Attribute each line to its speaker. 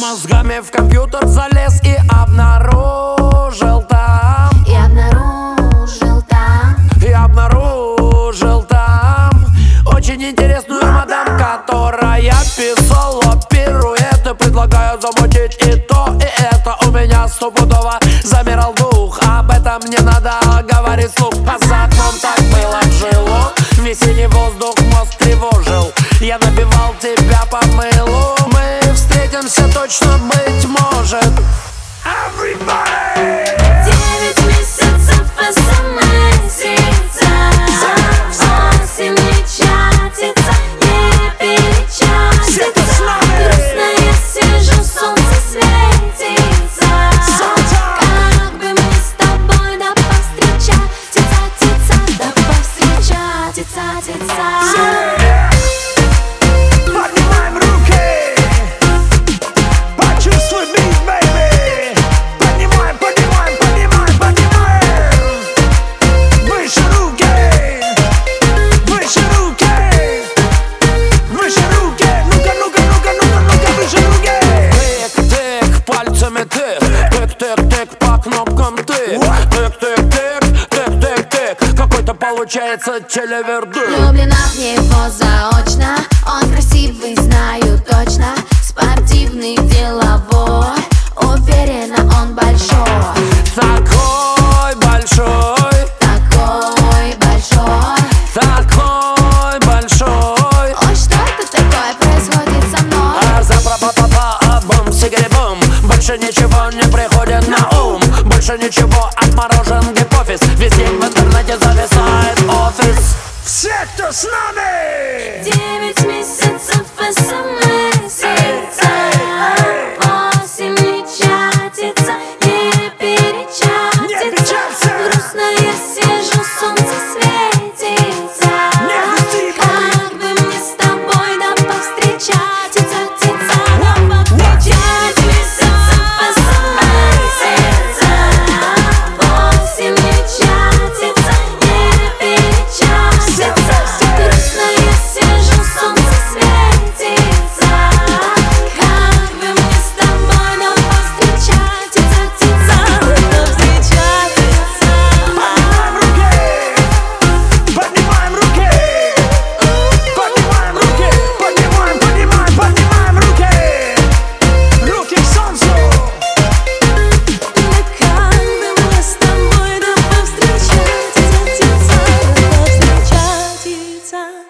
Speaker 1: Мозгами в компьютер залез и обнаружил там
Speaker 2: И обнаружил там
Speaker 1: И обнаружил там Очень интересную мадам, которая писала пируэты Предлагаю замутить и то, и это У меня стопудово замирал дух Об этом не надо говорить слух А за окном так было жило Весенний воздух мозг тревожил Я набивал тебя по мылу Мы встретимся точно, быть может
Speaker 2: Девять месяцев СМС-ится Осень не чатится, не печатится Грустная сижу, солнце светится Как бы мы с тобой да повстречаться Тица, да повстречаться, тица
Speaker 3: Поднимаем руки, почувствуй бит, бэйби Поднимаем, поднимаем, поднимаем, поднимаем Выше руки, выше руки, выше руки Ну-ка, ну-ка, ну-ка, ну-ка, ну-ка, выше руки
Speaker 1: Тык-тык, пальцами тык Тык-тык-тык, по кнопкам тык Тык-тык-тык, тык-тык-тык Какой-то получается телевердык
Speaker 2: Влюблена в него заочно Он красивый, знаю точно Спортивный деловой Уверена, он большой
Speaker 1: Такой большой,
Speaker 2: Такой большой
Speaker 1: такой большой
Speaker 2: Ой, что это такое происходит со мной?
Speaker 1: А за пра па па па а бум сигарибум Больше ничего не приходит на ум Больше ничего отморожен гипофиз Весь день в интернете зависает офис
Speaker 3: Все, кто с нами
Speaker 2: Девять месяцев СМС